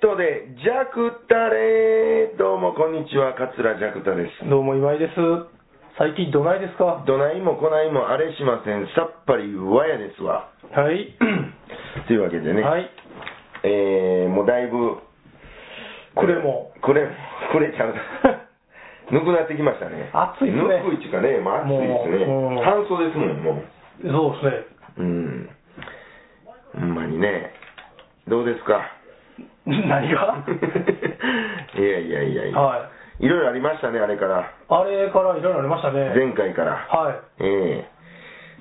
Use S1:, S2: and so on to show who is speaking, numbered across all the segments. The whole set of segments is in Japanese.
S1: ジャクタレどうもこんにちは、桂ジャクタです。
S2: どうも今井です。最近どないですかは
S1: どないもこないもあれしません、さっぱりわやですわ。
S2: い。
S1: というわけでね、
S2: はい。
S1: えー、もうだいぶ、
S2: くれも。
S1: くれも、くれちゃう。ぬくなって きましたね。
S2: 暑いっすね
S1: ぬくいっちゅうかね、まあ、暑いですね
S2: もううん。
S1: 半袖ですもん、もう。
S2: そうで
S1: うん。ほんまにね、どうですか
S2: すね。 何が
S1: いやいやいやいや。
S2: はい
S1: ろいろありましたね、あれから。
S2: あれからいろいろありましたね。
S1: 前回から。
S2: はい。
S1: ええ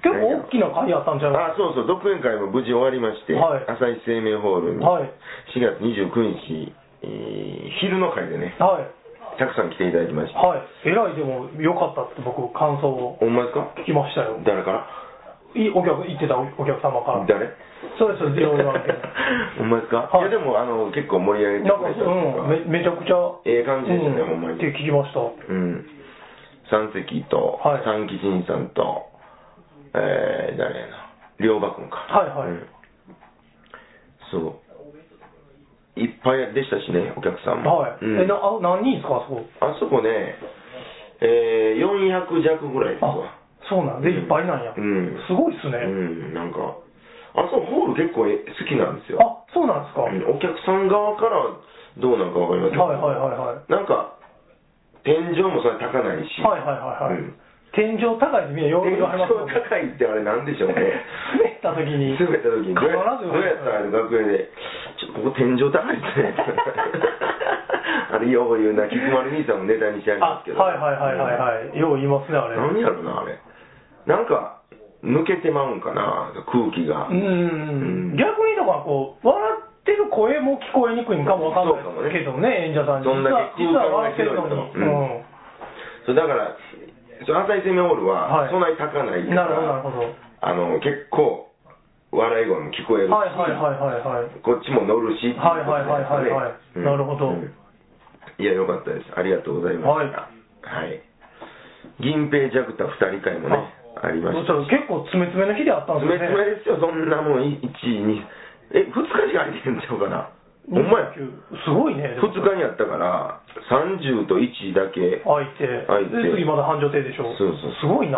S2: 結構大きな会あったんじゃない
S1: あ、そうそう、独演会も無事終わりまして、
S2: はい
S1: 朝日生命ホールに、
S2: はい
S1: 4月29日、えー昼の会でね、
S2: はい。
S1: たくさん来ていただきました。
S2: はい。えらいでも良かったって僕感想を
S1: ほんまですか
S2: 聞きましたよ。
S1: 誰から
S2: いいお客、行ってたお客様から。
S1: 誰
S2: そうです、電話なん
S1: ほんまですか、
S2: はい
S1: い、や、でもあの結構盛り上げて
S2: なん
S1: く
S2: か、
S1: れたっていうか
S2: うん、めめちゃくちゃ。
S1: ええ感じでしたね
S2: うん
S1: ほんまに
S2: って聞きました。
S1: うん。三席と、
S2: はい
S1: 三吉兄さんと、えー、誰やな、龍馬君か。
S2: はいはい
S1: うんそう。いっぱいでしたしね、お客さんも。
S2: はい。
S1: うん
S2: え、な、あ、何人ですかあそこ。
S1: あそこね、えー、400弱ぐらいですわ
S2: あ。、そうなんで、いっぱいなんや。
S1: うん
S2: すごいっすね。
S1: うん、なんか、あそこホール結構え好きなんですよ。
S2: あ、そうなんですか。
S1: うんお客さん側からどうなんかわかりません
S2: はいはいはいはい
S1: なんか、天井もそれ高ないし、
S2: はいはいはいはい。
S1: うん
S2: 天井高いでみんな洋
S1: 天
S2: 服
S1: 井
S2: が入りますもんね。
S1: 高いってあれなんでしょうね。
S2: 滑った時に。
S1: 滑った時に、どう
S2: 必
S1: や
S2: ず
S1: どうやったらあの楽屋で、ちょここ天井高 いですね。あれ、よう言うな、菊丸兄さんもネタにしてありま
S2: あ、
S1: すけど。
S2: はいはいはいはいはい。よう言いますね、あれ。う
S1: 何やろな、あれ。なんか、抜けてまうんかな、空気が。うん
S2: ん。逆にだからこう、笑ってる声も聞こえにくいんかもわかんないけどね、演者さんに。
S1: そんだけ
S2: 実は実は笑ってるのに。
S1: 空間が広いとそうだから、その朝日生命ホール
S2: は
S1: は、
S2: い
S1: そんなに高ない
S2: うん。
S1: か
S2: なるほどなる
S1: ら、
S2: ほど。
S1: あの、結構、笑い声も聞こえるし、
S2: はいはいはいはいはい。
S1: こっちも乗るし、
S2: はいはいはいはいはい
S1: うん
S2: なるほど
S1: うんいや、よかったです。ありがとうございました。はい。銀平ジャクタ2人会もね、ありまし
S2: そしたたら。結構詰め詰めの日であったん
S1: 詰
S2: で
S1: め
S2: すね。
S1: 詰めですよ、そんなもん、1、2、え、2日しか空いてんちゃうかな。ほんまや。
S2: すごいね。でも
S1: 2日にあったから、30と1だけ、
S2: 開いて、
S1: 開いて
S2: で次まだ繁盛亭でしょ、
S1: そうそう
S2: すごいな、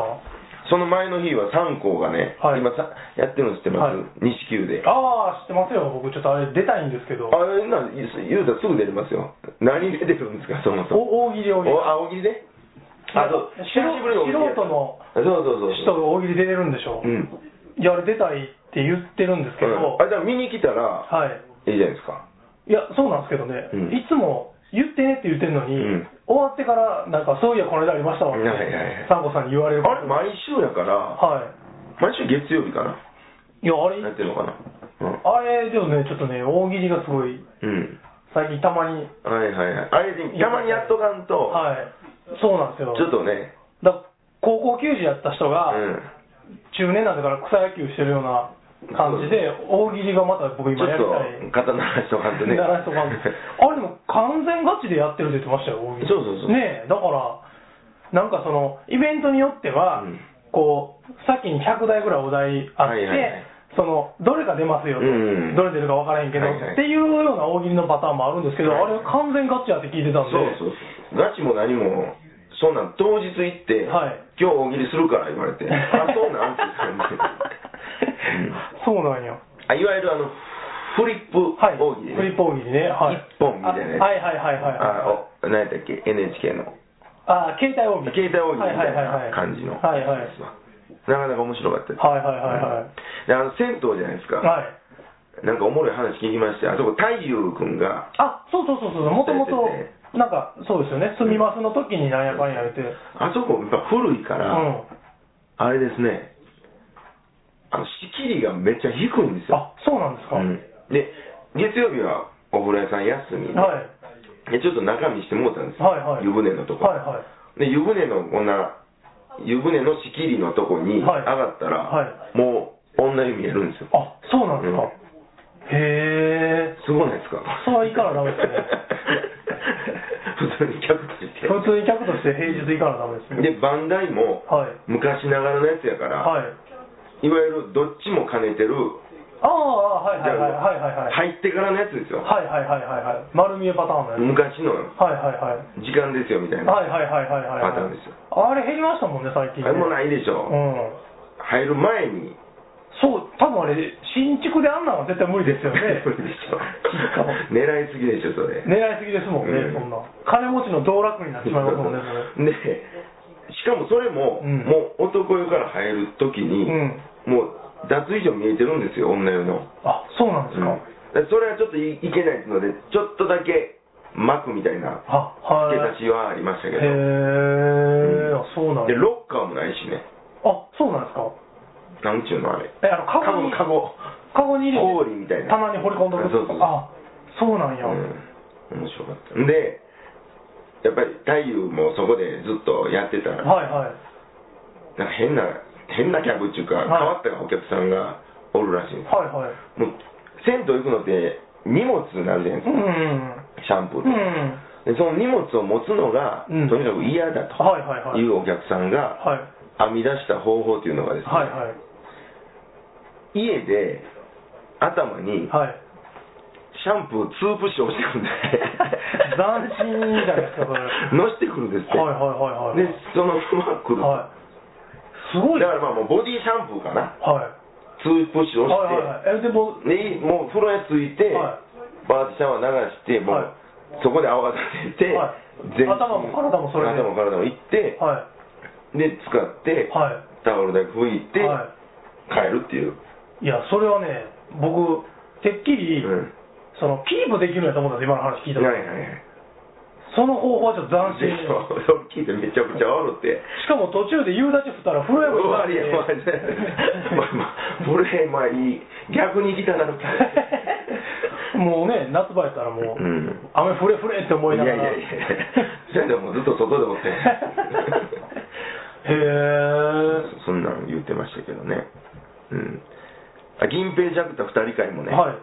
S1: その前の日は3校がね、
S2: はい
S1: 今さやってるの知ってます、
S2: はい
S1: 西九で。
S2: ああ、知ってますよ、僕、ちょっとあれ、出たいんですけど、
S1: あれなん、言うたらすぐ出れますよ。何出てるんですか、そもそも。
S2: お大喜利、大喜利
S1: お、あ、大喜利ね。あ、そう。
S2: 素
S1: 久しぶりの大喜利
S2: 素人の
S1: そうそうそう
S2: 人
S1: そう。
S2: が大喜利出れるんでしょ、
S1: うん。
S2: いや、あれ、出たいって言ってるんですけど、
S1: あ、じゃあ見に来たら、
S2: はい、
S1: いいじゃないですか。
S2: いや、そうなんですけどね、
S1: うん
S2: いつも言ってねって言ってるのに、
S1: うん
S2: 終わってから、なんか、そういや、この間ありましたわって、
S1: はいはいはい
S2: サンゴさんに言われる
S1: あれ、毎週やから、
S2: は
S1: 毎週月曜日かな。
S2: い、いや、あれ、
S1: やってるのかな。
S2: あれでもね、ちょっとね、大喜利がすご
S1: う
S2: い、
S1: ん。うん。
S2: 最近たまに、
S1: はいはいはい。あれで、たまにやっとかんと、
S2: はい、そうなんですよ。
S1: ちょっとね、
S2: だから高校球児やった人
S1: う
S2: が、
S1: ん。
S2: 中年なんだから草野球してるような感じで、大喜利がまた僕
S1: ちょ
S2: 今やりた
S1: っと、
S2: い。
S1: 肩鳴らしとかんとね。
S2: 鳴らしとかんと あれでも完全ガチでやってるって言ってましたよ、大喜利。
S1: そうそうそう
S2: ねえ、だから、なんかその、イベントによっては、
S1: うん
S2: こう、さっきに100台ぐらいお題あって、
S1: はいはいはい
S2: そのどれが出ますよと、
S1: うん
S2: どれ出るか分からへんけど、
S1: はいはい
S2: っていうような大喜利のパターンもあるんですけど、
S1: はい
S2: あれ完全ガチやって聞いてたんで、
S1: そうそうそう。ガチも何も、そんなん当日行って、
S2: はい
S1: 今日大喜利するから言わ れて、あ、そうなんって言って
S2: そうなんや。
S1: あいわゆるあの、フリップ
S2: はい。
S1: 大喜利、
S2: フリップ大喜利ね。はい。
S1: 一本みたいなやつ
S2: あはいはいはいはい
S1: あ
S2: はい。
S1: お何やったっけ、NHK の。
S2: あ、携帯大
S1: 携
S2: 喜利。
S1: 帯大喜利みたい
S2: はいはいはいは
S1: ない感じの
S2: はいはい
S1: やつはなかなか面白かったです。
S2: はいはいはいはい
S1: うんであの、銭湯じゃないですか。
S2: はい。
S1: なんかおもろい話聞きまして、あそこ太夫君が、
S2: あ、そうそうそうそう。もともと
S1: 出て、
S2: なんか、そうですよね。住みますの時になんやかんや言うて。うん。
S1: あそこやっぱ古いから、
S2: あ、
S1: あれですね、あの仕切りがめっちゃ低いんですよ。
S2: そうなんですか。
S1: うんで、月曜日はお風呂屋さん休みで、
S2: はい。
S1: でちょっと中見してもうたんですよ、
S2: はいはい
S1: 湯船のとこ、
S2: はいはい。
S1: で湯船のこんな、湯船の仕切りのとこに上
S2: はい
S1: がったら、
S2: は
S1: もう女湯見えるんですよ。
S2: あ、そうなんですか
S1: うん。
S2: へえ。
S1: すごないですか
S2: それは行かなダメですね
S1: 普通に客として。
S2: 普通に客として平日行かなダメですね。
S1: で、バンダイも
S2: はい。
S1: 昔ながらのやつやから、
S2: はい。
S1: いわゆるどっちも兼ねてる
S2: ああ、はいはいはいはいはいはい。
S1: 入ってからのやつですよ。
S2: はいはいはいはいはい。丸見えパターンのやつ。
S1: 昔の
S2: はいはいはい。
S1: 時間ですよみたいな。
S2: はいはいはいはいはい。
S1: パターンですよ
S2: あれ減りましたもんね、最近、。
S1: あれもないいでし
S2: う
S1: ょ。
S2: ん。
S1: 入る前に。
S2: そう、多分あれ、新築であんなのは絶対無理ですよ ね。
S1: 無理でしょ
S2: しかも。
S1: 狙いすぎでしょ、それ。
S2: 狙いすぎですもんね、
S1: うん
S2: そんな。金持ちの道楽になっちまいますもんね、それ
S1: で、しかもそれも、
S2: うん
S1: もう男湯から入るときに、
S2: うん。
S1: もう脱衣所見えてるんですよ、女湯の。
S2: あ、そうなんですか。
S1: でそれはちょっといいけないので、ちょっとだけ巻くみたいな
S2: あ、はい。
S1: 付け足しはありましたけ
S2: へ
S1: ど、
S2: え、あそうなん
S1: で
S2: です
S1: ロッカーもないしね、
S2: あ、そうなんですか。
S1: なんちゅうのあれ、
S2: え、あの、カゴに、
S1: カゴ、
S2: カゴに入れ
S1: 氷
S2: て。
S1: みたいな。
S2: 棚に掘り込んどく
S1: あそうそうそう
S2: あそうなんや、
S1: うん、面白かった。んで、やっぱり太夫もそこでずっとやってたら、
S2: はいはい
S1: なんか変な、変なキャブっていうか、
S2: はい
S1: 変わったお客さんがおるらしいんです
S2: はいはい
S1: もう、銭湯行くのって荷物なんじゃないで
S2: う
S1: す
S2: ん
S1: か、
S2: うん
S1: シャンプー
S2: う
S1: と
S2: ん
S1: か
S2: うん
S1: でその荷物を持つのが、
S2: うん
S1: とにかく嫌だと
S2: はいはいはい
S1: いうお客さんが
S2: はい
S1: 編み出した方法というのがですね、
S2: はいはい
S1: 家で頭に
S2: はい
S1: シャンプーツープッシュをしてくるんです
S2: 斬新じゃないですか それ
S1: のしてくるんですって、
S2: はいはいはいはい
S1: でそのまま来る、
S2: はいすごい
S1: だか
S2: は
S1: らまあもうボディシャンプーかない
S2: はい
S1: ツープッシュをして、
S2: はいはいえでも
S1: でもう風呂屋ついて、
S2: は
S1: バーティシャワー流してもう、
S2: はい
S1: そこで泡立てて、
S2: はい
S1: 全身
S2: 頭も体もそれで
S1: 頭も体もいって、
S2: は
S1: で使って、
S2: いは
S1: タオルだけ拭い
S2: い
S1: て、
S2: は
S1: 帰るっていう、
S2: いいやそれはね僕てっき
S1: う
S2: り、
S1: ん、
S2: そのキープできるんやと思ったんです今の話聞いた
S1: は
S2: ら
S1: いはいはい
S2: その方法はちょっと斬
S1: で
S2: 新
S1: しょそれ聞いてめちゃくちゃ笑って
S2: しかも途中で夕立振ったら風呂屋も行かな
S1: りやまあ
S2: い
S1: まあまあこれまあいい逆に行きたなるから
S2: もうね、夏場やったらもう、
S1: うん
S2: 雨降れ降れって思い
S1: いや
S2: ない
S1: や
S2: が
S1: い
S2: ら。
S1: やそ れでもうずっと外でおって
S2: へえ。
S1: そんなん言ってましたけどねうんあ銀平ジャクタ2人会もね、
S2: はい。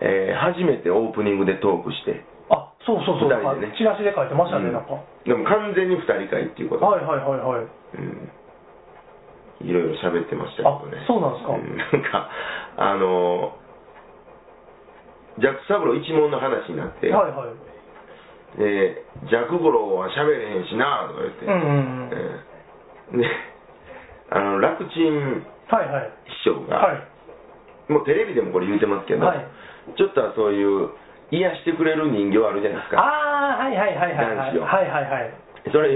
S1: えー初めてオープニングでトークして
S2: あ、そうそうそう。
S1: 二人でね
S2: チラシで書いてましたね、
S1: うん
S2: なんか。
S1: でも完全に2人会っていうこと
S2: はいはいはいはい。
S1: うんいろいろ喋ってましたけ
S2: あ
S1: どね、
S2: そうなんですか。
S1: うんなんか、あのー、ジャック・サブロー一門の話になって、
S2: はいはい。
S1: でジャック・ゴローは喋れへんしなとか言って、うん
S2: うんうんうん。
S1: であの楽ちん
S2: はいはい。
S1: 師匠が、
S2: はい。
S1: もうテレビでもこれ言うてますけど、
S2: はい
S1: ちょっとはそういう癒してくれる人形あるじゃないですか、
S2: ああ、はいはいはいは
S1: 男子
S2: いはい。
S1: を
S2: はいはいはい。
S1: それ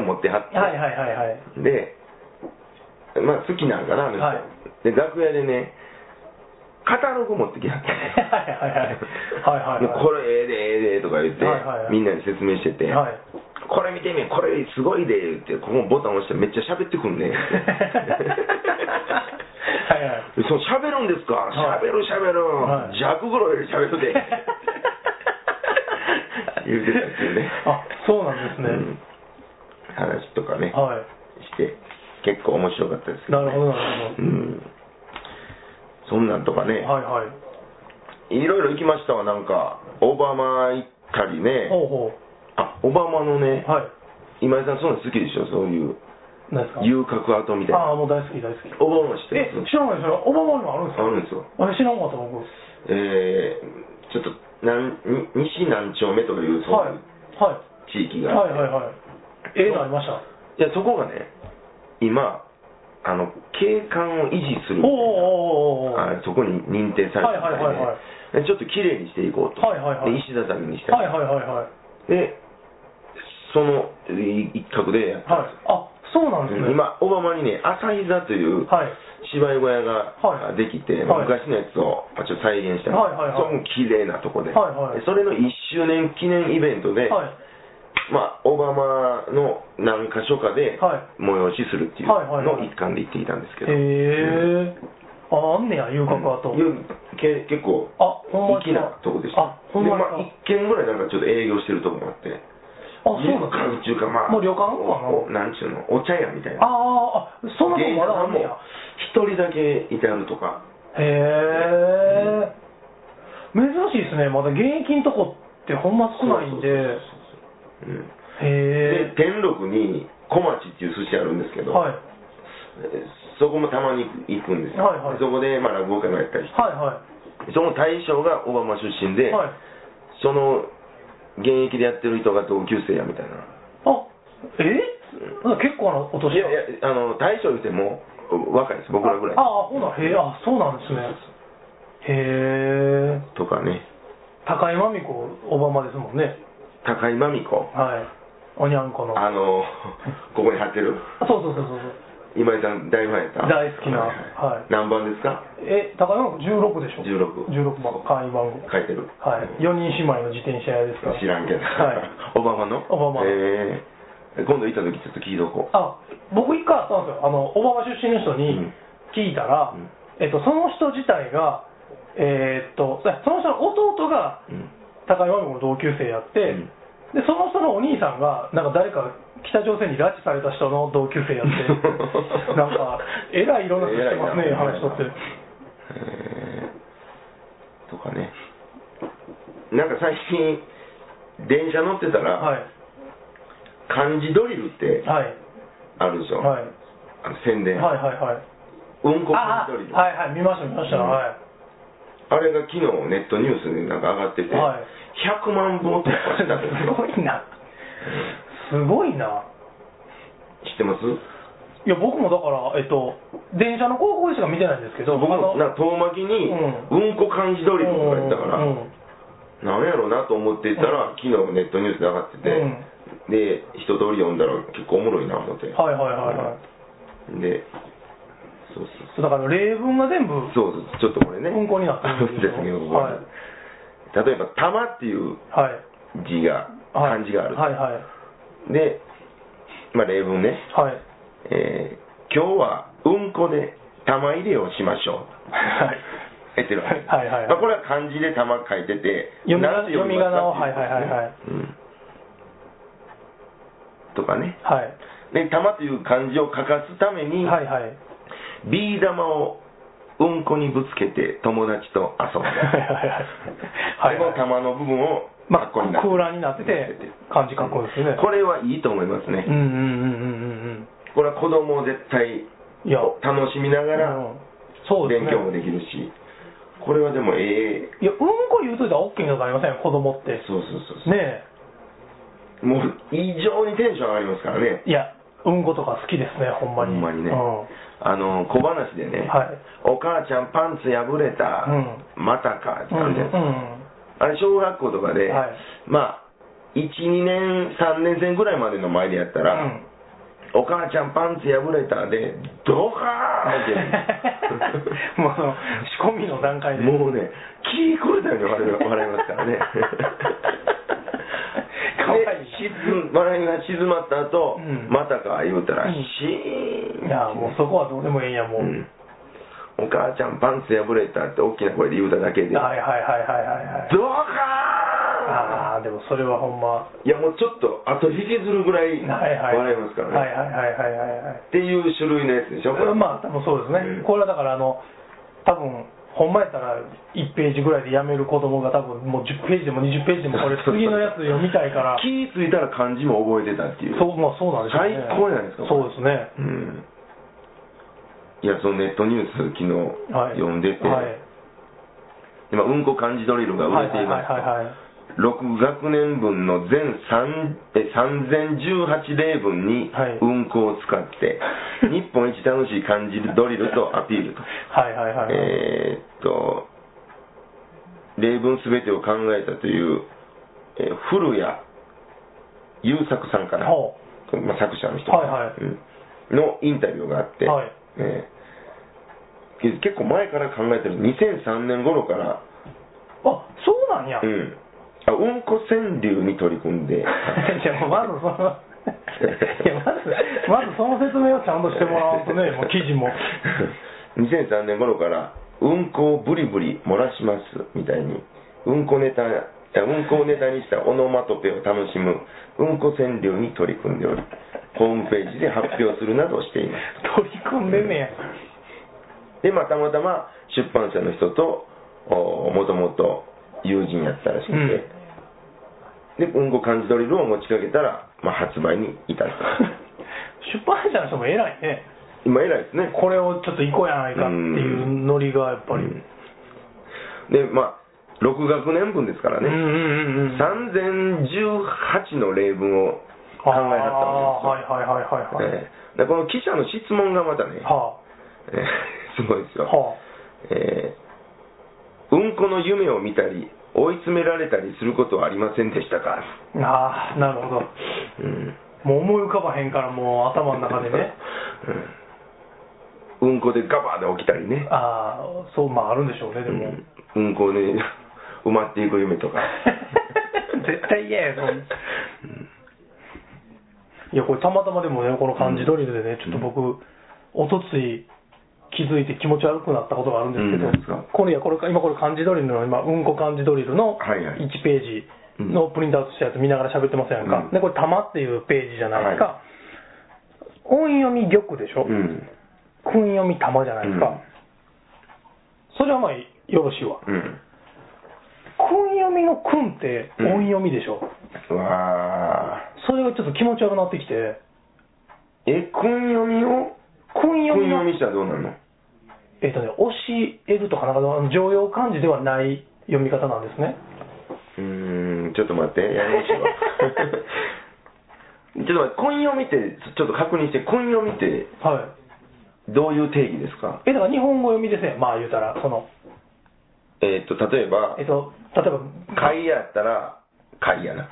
S1: を持ってはって、
S2: はいはいはいはい。
S1: で、まあ、好きなんかな、あの人
S2: はい
S1: で楽屋でね、カタログ持ってきはったんです
S2: はいはいはいはいはいは
S1: も
S2: い
S1: うこれええでええでとか言って、
S2: は
S1: み
S2: いはいはい
S1: んなに説明してて、
S2: はい
S1: これ見てみこれすごいで言ってここボタン押してめっちゃ喋ってくんねん
S2: はいはい
S1: そう喋るんですか
S2: はい
S1: 喋る喋る、
S2: はい
S1: ジャック・グローより喋る で言うてたっていうね
S2: あそうなんですね
S1: うん話とかね、
S2: はい。
S1: して結構面白かったですけど
S2: なるほど、なるほ
S1: うんそんなんとかね、
S2: ど。はいはい。
S1: い、ろいろ行きましたわなんかオバマ行ったりね
S2: ほうほ
S1: あオバマのね
S2: う。はい。
S1: 今井さんそういうの好きでしょそういう
S2: 何ですか
S1: 遊郭跡みたいな
S2: ああ、もう大好き、大好き。
S1: オバマの知って
S2: え
S1: ま、す
S2: 知らないですよ。オバマにもあるんです
S1: あ
S2: か
S1: るんですよ
S2: あれ知らんかった、僕。はい。
S1: えー、ちょっとなんに西南丁目というそういう
S2: は
S1: 地域
S2: い。
S1: があ
S2: は
S1: っ
S2: い
S1: て、
S2: はいはい。ええのありました。
S1: いやそこがね今あの景観を維持する
S2: おおおおおおは
S1: あ
S2: い
S1: そこに認定されて
S2: はいはいはいは
S1: て、ねちょっと綺麗にしていこうと、
S2: はいはいはい
S1: で石畳にした
S2: はい
S1: り、
S2: はいはい。
S1: でそのい一角でやった
S2: はい
S1: んです。
S2: あ、そうなんです
S1: よ、
S2: ね。
S1: 今オバマにね朝日座という
S2: はい。
S1: 芝居小屋
S2: は
S1: が
S2: い
S1: できて、
S2: はい
S1: 昔のやつをまあちょっと再現したり
S2: はいはいはい
S1: それも綺麗なとこで,で、
S2: はいはい
S1: それの1周年記念イベントで、
S2: はい。
S1: まあ、オバマの何か所かで
S2: は
S1: 催しするっていう
S2: はいはい
S1: の
S2: は
S1: を
S2: い
S1: 一環で行っていたんですけ
S2: へ
S1: ど、
S2: え。あ、あんねや、遊郭跡。
S1: うんけ結構
S2: あ、ほんま
S1: 粋
S2: に
S1: なとこでした
S2: あ、ほんまに
S1: でまあ、1軒ぐらいなんかちょっと営業してるとこもあって
S2: あ、そうなん
S1: 旅館っていうかまあ
S2: もう旅館か
S1: おおなんちゅうのお茶屋みたい
S2: な。
S1: な
S2: あーあ、そんなとこ
S1: 芸者
S2: まだ
S1: さ
S2: あ
S1: ん
S2: ん
S1: も
S2: ねや。
S1: 一人だけいてあるとか
S2: へえ、珍しいですねまだ現役のとこってほんま少ないんでへ
S1: そうそうそうそううんで
S2: え
S1: 天禄に小町っていう寿司あるんですけど、
S2: はい
S1: えーそこもたまに行くんですよ、
S2: はいはい
S1: そこでまあ落語会もやったりして、
S2: はいは
S1: その大将がオバマ出身
S2: い
S1: で、
S2: はい
S1: その現役でやってる人が同級生やみたいな、
S2: あえなんか結構なお年
S1: いやいや、あの大将言っても若いです、僕らぐらい
S2: ああほなへえあそうなんですねへえ
S1: とかね、
S2: 高井真美子オバマですもんね
S1: 高井真美子、
S2: はいおにゃんこの
S1: あの ここに貼ってる、
S2: あそうそうそうそうそう
S1: 今井さん、大ファンやった
S2: 大好きな
S1: はい
S2: はい
S1: 何番ですか、
S2: え高井真美子16でしょ
S1: 16
S2: 16番会員番号
S1: 書いてる、
S2: はい4人姉妹の自転車屋ですから
S1: 知らんけど、
S2: はい、
S1: オバマの、
S2: オバマの
S1: えー今度行った時ちょっと聞いとこう。
S2: あ僕一回あったんですよあの小浜出身の人
S1: う
S2: に
S1: ん
S2: 聞いたら、
S1: うん
S2: えっと、その人自体がえーっとその人の弟が
S1: うん
S2: 高井真美子の同級生やって、
S1: うん
S2: でその人のお兄さんがなんか誰か北朝鮮に拉致された人の同級生やって なんかえらいいろんな人してますね
S1: 偉いな
S2: 話しとって
S1: えーとかねなんか最近電車乗ってたら、
S2: はい
S1: 漢字ドリルって
S2: はい
S1: あるでしょ、
S2: はい
S1: あの宣伝、
S2: はいはいはい
S1: うんこ漢
S2: あ
S1: 字ドリルあ,、
S2: はいはい見ました見ました、
S1: うん
S2: は い
S1: れが昨日ネットニュースになんか上がってて、
S2: はい
S1: 100万本突破したんです
S2: す
S1: よ
S2: ごいなすごいな
S1: 知ってます
S2: いや僕もだから、えっと、電車の広告でしか見てないんですけど、
S1: 僕
S2: あの
S1: もなんか遠巻きに、
S2: う
S1: うん、こ漢字ドリルとか言ったから、
S2: うんうん
S1: なんやろうなと思っていたら、昨日ネットニュースで上がってて、
S2: うん
S1: で、一通り読んだら結構おもろいな思って。。
S2: はいはいはいはい
S1: で、そうそう
S2: そうだから例文が全部、は
S1: そう。そうちょっとこれね。
S2: 文庫になってるん
S1: ん
S2: で
S1: ですす
S2: よ
S1: けど、ここ
S2: はい
S1: 例えば、玉っていう
S2: い、
S1: 字が、
S2: はい、
S1: 漢字がある。
S2: はいはい、
S1: で、まあ例文ね、
S2: はい、
S1: えー今日はうんこで玉入れをしましょう。
S2: はい
S1: やってるわけです
S2: はいはいはい
S1: まあ、これは漢字で玉書いてて、
S2: 読みが
S1: なんて読みますかって
S2: 読み仮名をはいはいはいはい
S1: いうことですねうんとかね。
S2: はい、
S1: で、玉という漢字を書かすために、
S2: はいはい、
S1: ビー玉をうんこにぶつけて友達と遊ぶ。
S2: はいはいはい
S1: この玉の部分を
S2: まあ、
S1: こになって
S2: 空欄になってて、漢字書くんですね。
S1: これはいいと思います
S2: うん
S1: ね。
S2: うんうんうんうん
S1: これは子供を絶対
S2: うん。いや、
S1: 楽しみなが
S2: う
S1: ら
S2: んそうです
S1: 勉
S2: ね。
S1: 強もできるし、これはでもええ
S2: いや、うんこ言うといたら OK になりません、子供って。
S1: そうそうそうそう、
S2: ね
S1: もう異常にテンション上がりますからね
S2: え、いや、うんことか好きですね、ほん
S1: ほ
S2: まに。
S1: んまにね、
S2: うん
S1: あの小話でね、
S2: はい
S1: お母ちゃんパンツ破れた、
S2: う
S1: またかって
S2: うん
S1: あるじゃないですか、あれ小学校とかで、
S2: はい
S1: まあ12年3年生ぐらいまでの前でやったら、
S2: うん
S1: お母ちゃんパンツ破れたでドカーンって
S2: もうその仕込みの段 階で
S1: もうね聞いこえたように笑い笑いますから ね
S2: かわいい
S1: でし笑いが静まった後、
S2: うん
S1: またか言うたら、
S2: うん
S1: シーン
S2: いやもうそこはどうでもええんやもう、
S1: うんお母ちゃんパンツ破れたって大きな声で言うただけでドカ
S2: はいはいはいはいはいはい
S1: ーン
S2: ああでもそれはほんま
S1: いやもうちょっとあと引きずるぐらい
S2: はいはい
S1: 笑いますからね、
S2: はいはいはいはいはいはい
S1: っていう種類のやつでしょこれ、
S2: まあ多分そうですね、
S1: うん
S2: これはだからあの多分ほんまやったら1ページぐらいでやめる子供が多分もう10ページでも20ページでもこれ次のやつ読みたいから
S1: 気ぃついたら漢字も覚えてたっていう
S2: そうまあそうなんでしょうね
S1: 最高じゃないですか
S2: そうですね
S1: うんいやそのネットニュース昨日、
S2: はい
S1: 読んでて、
S2: はい
S1: 今うんこ漢字ドリルが売れています、
S2: はいはいはいはい
S1: 6学年分の全3え3018例文に
S2: はい
S1: うんこを使 って、日本一楽しい漢字ドリルとアピールと
S2: はいはいはい、
S1: えーっと、例文すべてを考えたという、えー古谷優作さんから、
S2: ほ
S1: まあ、作者の人、
S2: はいはい
S1: うんのインタビューがあって、
S2: はい
S1: えー結構前から考えてる、2003年頃から、
S2: あそうなんや、
S1: うん、あうんこ川柳に取り組んで、
S2: じゃあもうまずそのいやまずまずその説明をちゃんとしてもらわんと ねもう記事も
S1: 2003年頃からうんこをブリブリ漏らしますみたいにうんこネタやうんこをネタにしたオノマトペを楽しむうんこ川柳に取り組んでおりホームページで発表するなどしています
S2: 取り組んでんねや
S1: でまあたまたま出版社の人ともともと友人やったらしくて、でうんこ漢字ドリルを持ちかけたら、まあ、発売に至った
S2: 出版社の人も偉いね
S1: 今偉いですね。
S2: これをちょっと行こうやないかっていうノリがやっぱり、うん、
S1: で、まあ、6学年分ですから
S2: うんう
S1: ね。
S2: んうんうん
S1: 3018の例文を考えはったわ
S2: あーはいはいはい
S1: け
S2: はい
S1: です
S2: はい、
S1: よ。ええでこの記者の質問がまたね、
S2: は
S1: ええすごいです
S2: あ
S1: よ。
S2: は
S1: えーうんこの夢を見たり、追い詰められたりすることはありませんでしたか、
S2: ああーなるほど
S1: うん
S2: もう思い浮かばへんからもう頭の中でね
S1: うん、うんこでガバーで起きたりね、
S2: ああそうまああるんでしょうねで
S1: う
S2: も、
S1: ん、うんこで埋まっていく夢とか、
S2: 絶対嫌やそんいやこれたまたまでもねこの漢字ドリルでね、ちょっと僕おとつい気づいて気持ち悪くなったことがあるんですけど、
S1: うんなんですか
S2: これいやこれ今これ漢字ドリルの今うんこ漢字ドリルの
S1: はいはい
S2: 1ページのプリントアウトしたやつ見ながら喋ってますやんか、
S1: うん
S2: でこれ「玉」っていうページじゃないですか、音読み玉でしょ、
S1: うん、
S2: 訓読み玉じゃないですか、
S1: うん
S2: それはまあよろしいわ
S1: うん、
S2: 訓読みの訓って音読みでし
S1: う
S2: ょ、
S1: わ
S2: それがちょっと気持ち悪くなってきて、
S1: ー、え、訓読みを
S2: 訓読
S1: 訓
S2: みの
S1: 読、みしたらどうなの
S2: えっ、とね、教えるとかなんか、あの常用漢字ではない読み方なんですね。
S1: うーん、ちょっと待って、やりましょ う。ちょっと待って、訓読みって、ちょっと確認して、訓読みって
S2: は
S1: どういう定義ですか
S2: い。え、だから日本語読みですね、まあ言うたら、その、
S1: えっ、と、例えば
S2: えっ、、と、例えば、
S1: 貝やったら、貝やな。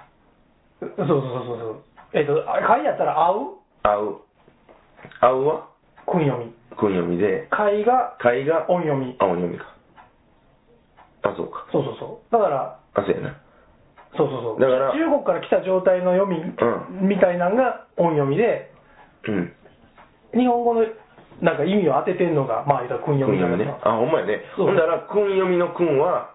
S2: そうそうそうそう。えっ、と、あ貝やったら、会う
S1: 合う。合うは
S2: 訓読み。
S1: 訓読みで、
S2: 貝が
S1: 貝が
S2: 音読み。
S1: 青読みか。あ、そうか。
S2: そうそうそう。だから、
S1: あ、そうやな。
S2: そうそうそ
S1: だ
S2: う。
S1: から
S2: 中国から来た状態の読み、
S1: う
S2: みたいなんが音読みで、
S1: うん。
S2: 日本語のなんか意味を当ててんのが、まあ言うたら訓読
S1: 訓
S2: みじゃな
S1: 読
S2: い
S1: み
S2: です
S1: ね
S2: か。。
S1: あ、ほんまやね。
S2: そう
S1: ほんだら、訓読みの訓は、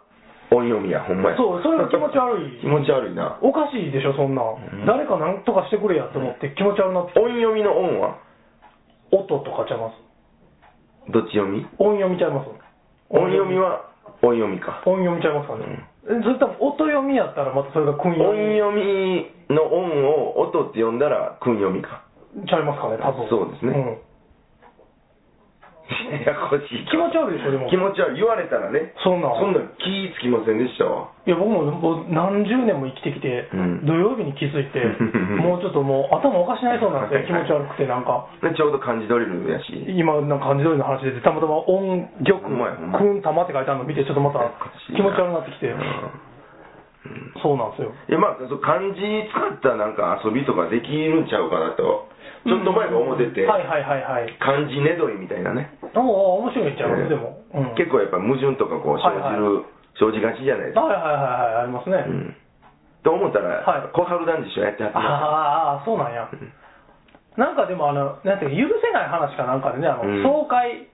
S1: 音読みや、ほんまや。
S2: そう、それが気持ち悪い。
S1: 気持ち悪いな。
S2: おかしいでしょ、そんなん。
S1: ん
S2: 誰かなんとかしてくれやと思って気持ち悪なってきて、
S1: 音読みの音は、
S2: 音とかちゃいます。
S1: どっち読み
S2: 音読みちゃいます。
S1: 音読みは、音読みか。
S2: 音読みちゃいますかね。えそれ多分音読みやったらまたそれが訓
S1: 音
S2: 読み
S1: 読みの音を音って呼んだら、訓読み か。
S2: ちゃいますかね、多分。
S1: そうですね
S2: ん
S1: ややこしい。
S2: 気持ち悪いでしょ、でも
S1: 気。持ち悪い。言われたらね。
S2: そんなん。
S1: そんなん気ぃつきませんでしたわ。
S2: いや僕ももう何十年も生きてきて、
S1: うん
S2: 土曜日に気 づいてもうちょっともう頭おかしなりそうなんですよ気持ち悪くてなんか
S1: ね、ちょうど漢字ドリルやし、
S2: 今なんか感じ通りの話でたまたま音玉
S1: ほんまやほんま
S2: くん玉って書いてあるの見てちょっとまた気持ち悪くなってきて
S1: うん
S2: そうなんですよ
S1: いやまあそう漢字使ったなんか遊びとかできるんちゃうかなとちょっと前が思ってて、
S2: はいはいはいはい
S1: 漢字ねどりみたいなね、
S2: おお面白いんちゃう、
S1: えー
S2: でも、うん、
S1: 結構やっぱ矛盾とかこう生じる、生じがちじゃないですか、
S2: はいはいはいはいありますね、
S1: うん、と思ったら、
S2: はい
S1: 小春男子はやってはったな
S2: ああそうなんや、なんかでもあのなんていうか許せない話かなんかでねあの、
S1: うん
S2: 爽快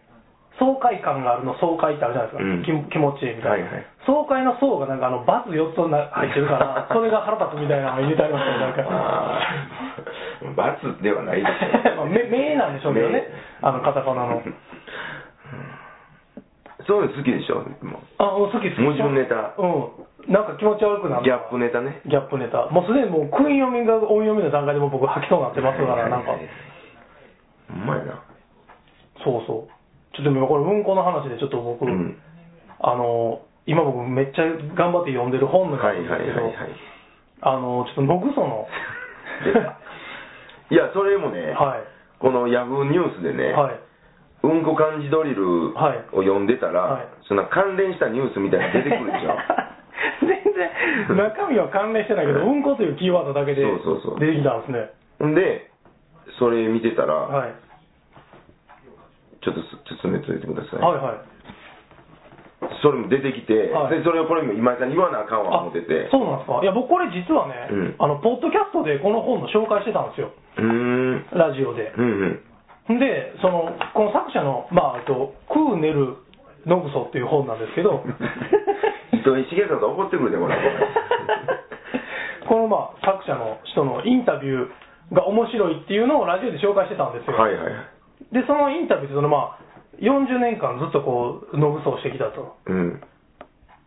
S2: 爽快感があるの爽快ってあるじゃないですか、
S1: うん
S2: き気持ちいいみたいな、
S1: はいはい
S2: 爽快の爽がなんかあのバツ4つな入ってるからそれが腹立つみたいなのが入れてありますよなんか
S1: あー 罰ではないで
S2: まあめ名なんでしょうけどね
S1: 名
S2: あのカタカナの
S1: そういうの好きでしょもう
S2: あお好き好き
S1: 矛盾ネタ
S2: うんなんか気持ち悪くなる
S1: ギャップネタね
S2: ギャップネタもうすでにもう訓読みが音読みの段階でもう僕吐きそうになってますからなんか
S1: うまいな
S2: そうそうちょっとでもこれうんこの話でちょっと僕、
S1: うん
S2: あの今僕めっちゃ頑張って読んでる本の
S1: は
S2: 中
S1: い
S2: で
S1: はい
S2: すけ
S1: はい
S2: ど
S1: はい
S2: あのちょっとノグソの
S1: いやそれもね、
S2: は
S1: このヤフーニュースで
S2: い
S1: ね、
S2: はい
S1: うんこ漢字ドリルを
S2: はい
S1: 読んでたら、
S2: はい
S1: そんな関連したニュースみたいなの出てくるで しょ
S2: 全然中身は関連してないけどうんこというキーワードだけで
S1: そうそうそう
S2: 出てきたんですね
S1: ほんでそれ見てたら、
S2: はい
S1: ちょっとす進めといてください、
S2: はいはい
S1: それも出てきて、
S2: はい
S1: でそれをこれも今井さんに言わなあかんわ思ってて
S2: そうなんですかいや僕これ実はね、
S1: うん
S2: あのポッドキャストでこの本の紹介してたんですよ
S1: うーん
S2: ラジオで
S1: うんうん
S2: でそのこの作者の「まあ、えっとクーネル・ノグソ」っていう本なんです けど
S1: 糸井重里怒ってくるでこれ
S2: この、まあ、作者の人のインタビューが面白いっていうのをラジオで紹介してたんですよ、
S1: はいはいはい
S2: でそのインタビューでその、まあ、40年間ずっとこうノグソをしてきたと
S1: うん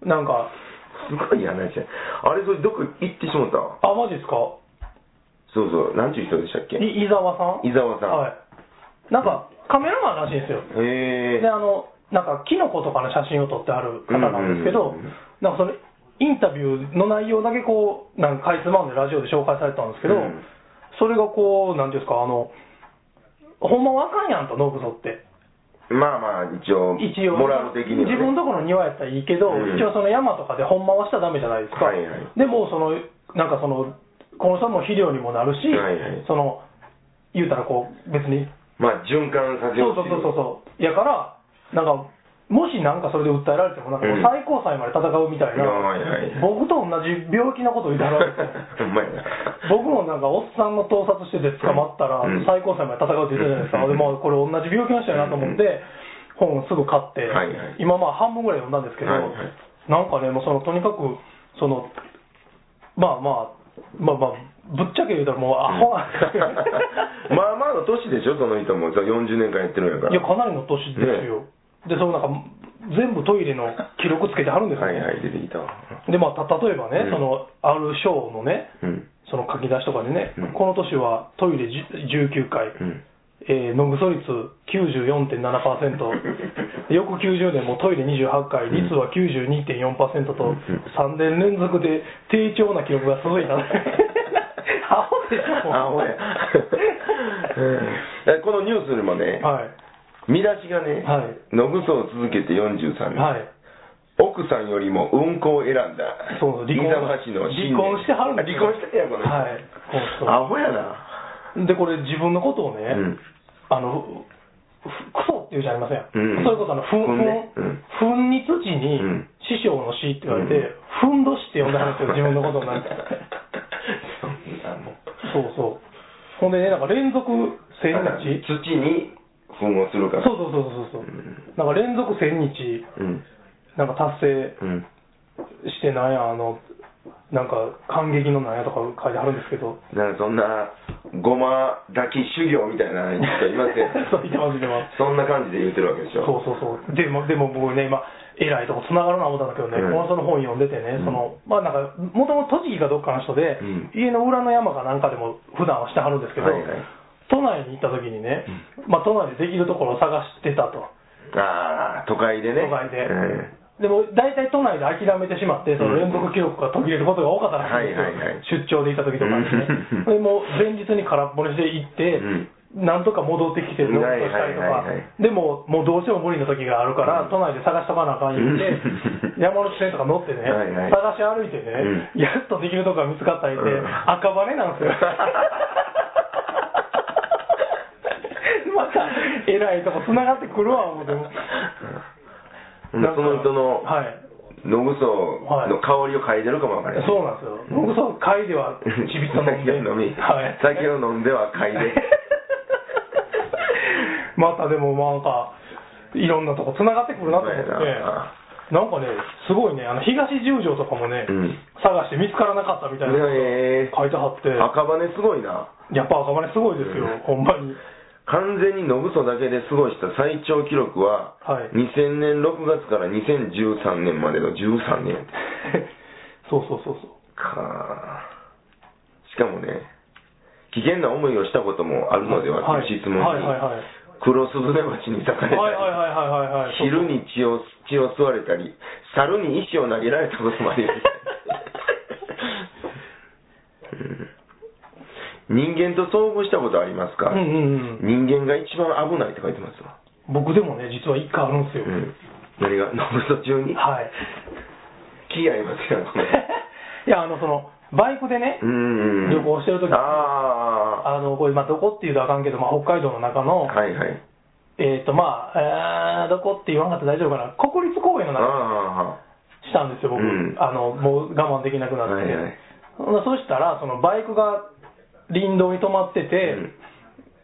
S2: なんか
S1: すごい話やあれそれどこ行ってしもったわ
S2: あマジですか
S1: そうそうなんちゅう人でしたっけ
S2: い伊沢さん
S1: 伊沢さん
S2: はいなんかカメラマンらしいんですよ
S1: へえ
S2: であのなんかキノコとかの写真を撮ってある方なんですけど、
S1: うんうんうん
S2: なんかそのインタビューの内容だけこうなんかかいつまんでラジオで紹介されたんですけど、
S1: うん
S2: それがこうなんていうんですかあのほんまわかんやんとノブソって
S1: まあまあ一応
S2: 一応
S1: モラル的にはね、
S2: 自分のとこの庭やったらいいけど、
S1: うん
S2: 一応その山とかでほんまはしたらダメじゃないですか、
S1: はいはい
S2: でもうそのなんかそのこの人の肥料にもなるし、
S1: はいはい
S2: その言うたらこう別に
S1: まあ循環させよ
S2: そう
S1: う
S2: そう
S1: ってい
S2: そうそうそうやからなんかもしなんかそれで訴えられてもなんかこう
S1: うん
S2: 最高裁まで戦うみたいな、
S1: はいはいはい
S2: 僕と同じ病気のことを言うたら
S1: ほんまやな
S2: 僕もなんかおっさんの盗撮してて捕まったら
S1: うん
S2: 最高裁まで戦うって言ってたじゃないですか、
S1: うん
S2: でもこれ同じ病気の人やなと思って、本をすぐ買って、
S1: はいはい
S2: 今まあ半分ぐらい読んだんですけど、
S1: はいはい
S2: なんかねもうそのとにかくそのまあまあまあまあぶっちゃけ言うたらもうアホなんで すよ、
S1: まあまあの年でしょその人もそう40年間やってるんやから
S2: いや、かなりの年ですよ。で、そのなんか、全部トイレの記録つけてはるんですよ、
S1: はいはい出てきたわ
S2: で、まあ、た例えばね、
S1: うん
S2: その、ある章のね、
S1: うん
S2: その書き出しとかでね、
S1: うん
S2: この年はトイレじゅ19回、
S1: うん
S2: えー、ノグソ率94.7%、翌90年もトイレ28回、率は92.4%
S1: う
S2: と
S1: ん、
S2: 3年連続で低調な記録が続い たね アホでしょ、
S1: あほや うんこのニュースにもね、
S2: はい。
S1: 見出しがね、
S2: はい
S1: のぐそを続けて43年、
S2: はい。
S1: 奥さんよりも運行を選んだ、
S2: そう離婚
S1: 飯の信念
S2: 離婚してはるんです
S1: あ
S2: よ
S1: 離婚してんや、この人
S2: はいそうそ う
S1: アホやな、
S2: でこれ自分のことをね、
S1: うん
S2: あのふふクソって言うじゃありません、
S1: うん
S2: それこそあのふんふ
S1: ふ
S2: ん
S1: んね
S2: ふんに土に、
S1: うん
S2: 師匠の師って言われて、
S1: うん
S2: ふんどしって呼んだんですよ自分のことをなん か
S1: そんなもん
S2: そうそうほんでねなんか連続千日
S1: 土に糞をするから、
S2: そうそうそうそうそう、なんか連続千日
S1: うん、
S2: なんか達成
S1: うん、
S2: してなんやあのなんか感激のなんやとか書いてあるんですけど
S1: なんかそんな、ごま抱き修行みたいな人いません
S2: そういてますいてます
S1: そんな感じで言ってるわけでしょ、
S2: そうそうそう。でも、でも僕ね、今、偉いとこ繋がるな思ったんだけどね、
S1: うん
S2: この人の本読んでてね、
S1: うん
S2: その、まあなんか、もともと栃木かどっかの人で、
S1: うん
S2: 家の裏の山かなんかでも普段はしてはるんですけど、
S1: はいはい
S2: 都内に行った時にね、まあ都内でできるところを探してたと。
S1: ああ、都会でね、
S2: 都会で
S1: うん
S2: でも大体都内で諦めてしまって、その連続記録が途切れることが多かったらしいんですよ、
S1: はいはいはい
S2: 出張でいた時とかにね
S1: うん。
S2: でもう前日に空っぽにして行って、なんとか戻ってきて、ロックしたりと
S1: はい
S2: か
S1: はいはいはい、
S2: でももうどうしても無理な時があるから、
S1: うん
S2: 都内で探しとかなあかん言うて
S1: う、ん
S2: 山手線とか乗ってね、
S1: はいはい
S2: 探し歩いてね、やっとできるとこが見つかったりで、
S1: うん
S2: 赤羽なんですよ。 また偉いとこ繋がってくるわ、思って。
S1: うんその人の
S2: はい
S1: 野ぐその香りを嗅いでるかもわからない。
S2: そうなんですよ。僕そう会ではちびっと飲ん で
S1: 酒を飲み、
S2: はい。
S1: 酒を飲んでは嗅い で。
S2: またでもなんかいろんなとこ繋がってくるなと思って。
S1: そうやな
S2: なんかね、すごいね、あの東十条とかもね、
S1: うん
S2: 探して見つからなかったみたいなこと
S1: ねえ
S2: 書いてはって、
S1: 赤羽すごいな。
S2: やっぱ赤羽すごいですよ、
S1: うん
S2: ほんまに。
S1: 完全に野ぐそだけで過ごした最長記録は、
S2: はい
S1: 2000年6月から2013年までの13年。
S2: そうそうそうそう。
S1: かしかもね、危険な思いをしたこともあるのではという質問に、
S2: はいはいはいはい
S1: 黒スズメバチに裂か
S2: は
S1: れた
S2: い
S1: り、
S2: はいはいはいはい。
S1: 昼に血を血を吸われたり、猿に石を投げられたこともありました。うん人間と遭遇したことありますか、
S2: うんうんうん。
S1: 人間が一番危ないって書いてますわ。
S2: 僕でもね、実は一回あるんです
S1: う
S2: よ。
S1: ん、何が、ノブソ中に
S2: はい。
S1: 気合いますよ、これ。
S2: いや、あの、その、バイクでね、
S1: うん
S2: 旅行してる時
S1: ああ、
S2: あの、これ、まあ、どこっていうとあかんけど、まあ、北海道の中の、
S1: はいはい。
S2: えっ、と、まあ、えーどこって言わなかったら大丈夫かな、国立公園の中
S1: あ
S2: にしたんですよ、僕。
S1: うん
S2: あの、もう我慢できなく
S1: あ、
S2: なって。
S1: はいはい。
S2: ほなそしたら、そのバイクが林道に止まってて、
S1: うん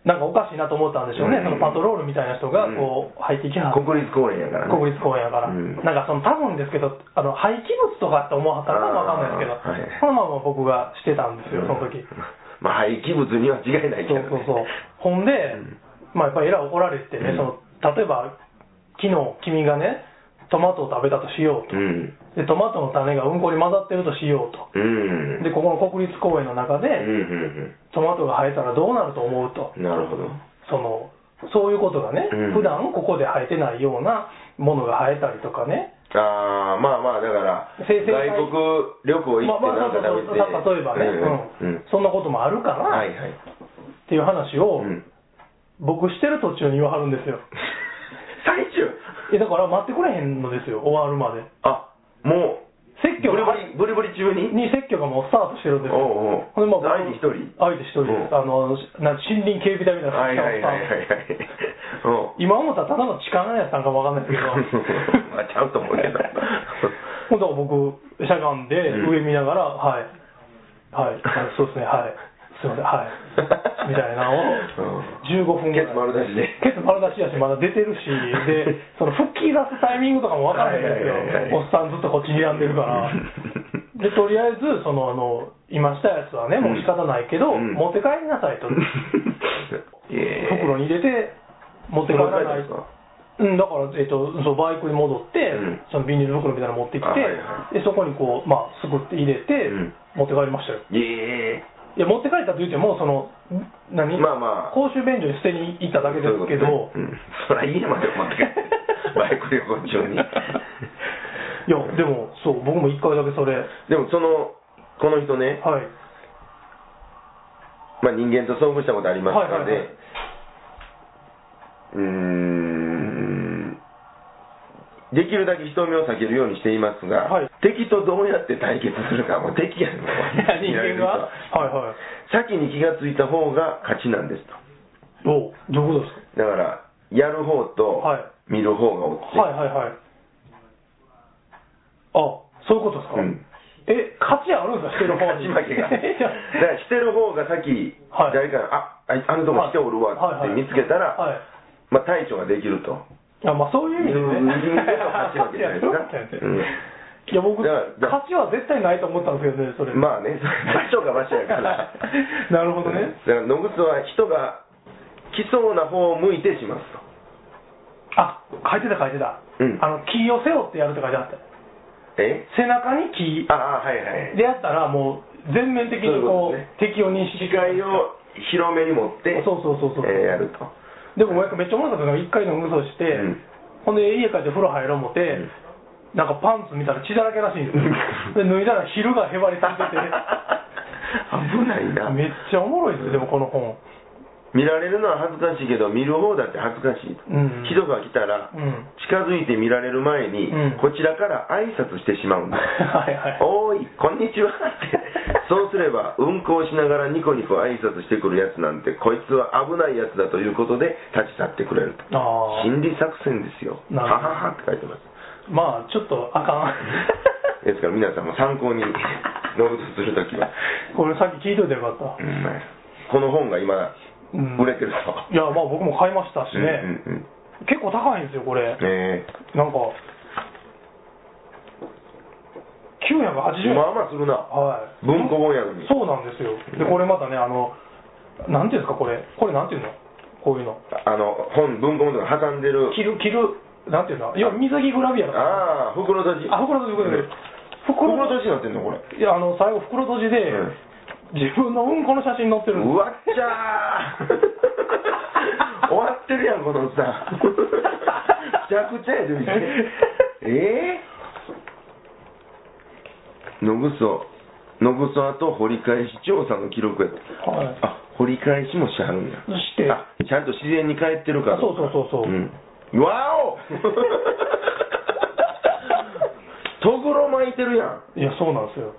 S2: なんかおかしいなと思ったんでしょうね、
S1: うん
S2: そのパトロールみたいな人が、こう、入ってきはって
S1: 国立公園やからね。
S2: 国立公園やから、
S1: うん
S2: なんかその多分ですけど、あの廃棄物とかって思わはったのかもわかんないですけど、
S1: あーはい
S2: そのまま僕がしてたんですよ、その時、
S1: うんまあ、廃棄物には違いないけ
S2: そ
S1: ど、
S2: う
S1: ね。
S2: そうそう、ほんで、
S1: ん
S2: まあ、やっぱりえらい怒られてね、
S1: うん
S2: その例えば、昨日君がね、トマトを食べたとしようと、
S1: うん。
S2: でトマトの種がうんこに混ざってるとしようと、
S1: うん。
S2: でここの国立公園の中
S1: うん
S2: で、
S1: うん
S2: トマトが生えたらどうなると思うと、
S1: うん。なるほど。
S2: そのそういうことがね、
S1: うん
S2: 普段ここで生えてないようなものが生えたりとかね、
S1: あーまあまあだから
S2: 生成体
S1: 外国旅行行
S2: ま
S1: っ
S2: あ
S1: て
S2: ま
S1: なん
S2: あ、
S1: か食べて、
S2: 例えばね、
S1: う
S2: うんん
S1: うん
S2: そんなこともあるか
S1: うんは
S2: ら
S1: いはい、
S2: っていう話を、
S1: うん、
S2: 僕してる途中に言わはるんですよ。
S1: 最中
S2: えだから待ってくれへんのですよ、終わるまで。
S1: あもう
S2: 説教
S1: ブリ
S2: が
S1: ブリブリブリ中に
S2: に説教がもうスタートしてるんですよ。
S1: おうおう
S2: ほんでまあ
S1: 相手一人
S2: 相手一人です。
S1: うん
S2: あのしなんか森林警備隊みたいな
S1: はいはいはいはい
S2: スタート
S1: はいおう。
S2: 今思ったらただの力屋さんかわかんないですけど
S1: まあちゃうと思うけど
S2: ほんと僕、しゃがんで
S1: うん
S2: 上見ながら、はい、はい、あそうですね、はい、すいません、はい、みたいなの
S1: う
S2: を
S1: ん
S2: 15分ぐらい。
S1: ケツ丸出しで
S2: ケツ丸出しやし、まだ出てるし、で、その復帰出すタイミングとかもわからへんですよ
S1: はいはいはい。はい
S2: おっさんずっとこっちにらんでるから。 で、とりあえず、その、あの、今したやつはね、もう仕方ないけど、
S1: うん
S2: 持って帰りなさいと。袋
S1: に
S2: に入れて、持って帰らないと。うん、だから、えっと、そうバイクに戻って、
S1: うん
S2: そのビニール袋みたいなの持ってきて、
S1: あはいは
S2: でそこにこう、まあ、すくって入れて、
S1: うん
S2: 持って帰りましたよ。
S1: ええ
S2: いや、持って帰ったと言っても、その、ん何、
S1: まあまあ
S2: 公衆便所に捨てに行っただけですけど、
S1: そういうことねうんそら家まで持って帰って バイク旅行中に
S2: いや、でも、そう、僕も一回だけそれ、はい。
S1: でもそのこの人ね、まあ、人間と遭遇したことありますからね、
S2: はいはいはいう
S1: ーんできるだけ人目を避けるようにしていますが、
S2: はい
S1: 敵とどうやって対決するかもう敵やねもう
S2: 人間が、はいはい。
S1: 先に気がついた方が勝ちなんですと
S2: おどういうこと
S1: だ
S2: です
S1: からやる方と
S2: はい
S1: 見る方がおって、
S2: かはいはいはい。あ、そういうことですか、
S1: うん
S2: え、価値あるんですか、してる方
S1: 勝ち
S2: に。
S1: 負け がだか
S2: いや
S1: らしてる方が先、
S2: はい
S1: 誰かがああいあのとこしておるわって見つけたら、
S2: はいはいはい
S1: まあ、対処ができると
S2: あまあそういう意味でね。
S1: 人間と勝ち負けじ ゃないですかうん
S2: いや僕、
S1: だから
S2: 勝ちは絶対ないと思ったんですけどね、それ。
S1: まあね、それ人がマシやから。
S2: なるほどね。
S1: だから野靴は人が来そうな方を向いてしますと。
S2: あ、書いてた書いてた。
S1: うん
S2: あの、木を背負ってやるって書いてあった。
S1: え
S2: 背中に木
S1: ああ、はいはい。
S2: でやったら、もう全面的にこう、
S1: そういうこと
S2: 敵を認識
S1: 視界を広めに持って、
S2: そうそうそうそう。
S1: えーやると。
S2: でも、親めっちゃおもろかったのが、一回の無双し て、
S1: うん
S2: ほんで家帰って風呂入ろう思って、なんかパンツ見たら血だらけらしい んですよ。で、脱いだら昼がへばりされてて。
S1: 危ないな。
S2: めっちゃおもろいですね、でもこの本。
S1: 見られるのは恥ずかしいけど、見る方だって恥ずかしいと。
S2: うん
S1: 人が来たら、
S2: うん。
S1: 近づいて見られる前に、
S2: うん
S1: こちらから挨拶してしまうんだ。
S2: はいはい。
S1: おーい、こんにち はって。そうすれば、運行しながらニコニコ挨拶してくるやつなんて、こいつは危ないやつだということで立ち去ってくれると。
S2: ああ。
S1: 心理作戦ですよ。は
S2: なるほど
S1: ははって書いてます。
S2: まあ、ちょっとあかん。
S1: ですから皆さんも参考に、ノブとすると きは。
S2: これさっき聞いといてよかった。
S1: うんまあこの本が今、
S2: うん
S1: 売れてる
S2: いや、まあ僕も買いましたし
S1: と。
S2: ね。
S1: うんうんうん
S2: 結構高いんですよ、これ。
S1: ええ
S2: なんか、980円。
S1: まあまあするな。
S2: はい。
S1: 文庫本やのに。
S2: そうなんですよ。で、これまたね、あの、なんていうんですか、これ。これなんていうのこういうの。
S1: あの、本、文庫本とか挟んでる。
S2: 着る、着る、なんていうのいや、水着グラビアだ。
S1: ああ、袋閉じ。
S2: あ、袋閉じ、袋
S1: うん
S2: 閉
S1: 袋閉じ
S2: じ。
S1: になってんの、これ。
S2: いや、あの、最後、袋閉じで、
S1: うん
S2: 自分のうんこの写真載ってるん
S1: う
S2: です
S1: わっちゃ ー終わってるやんこのおっさんめちゃくちゃやで見てええ野ぐそ野ぐそあと掘り返し調査の記録やって
S2: はい
S1: あ掘り返しもしはるんや
S2: そして、
S1: あちゃんと自然に帰ってるから、
S2: あそうそうそうそうん
S1: わ おとぐろ巻いてるや
S2: いや、そうなんですよ。
S1: ん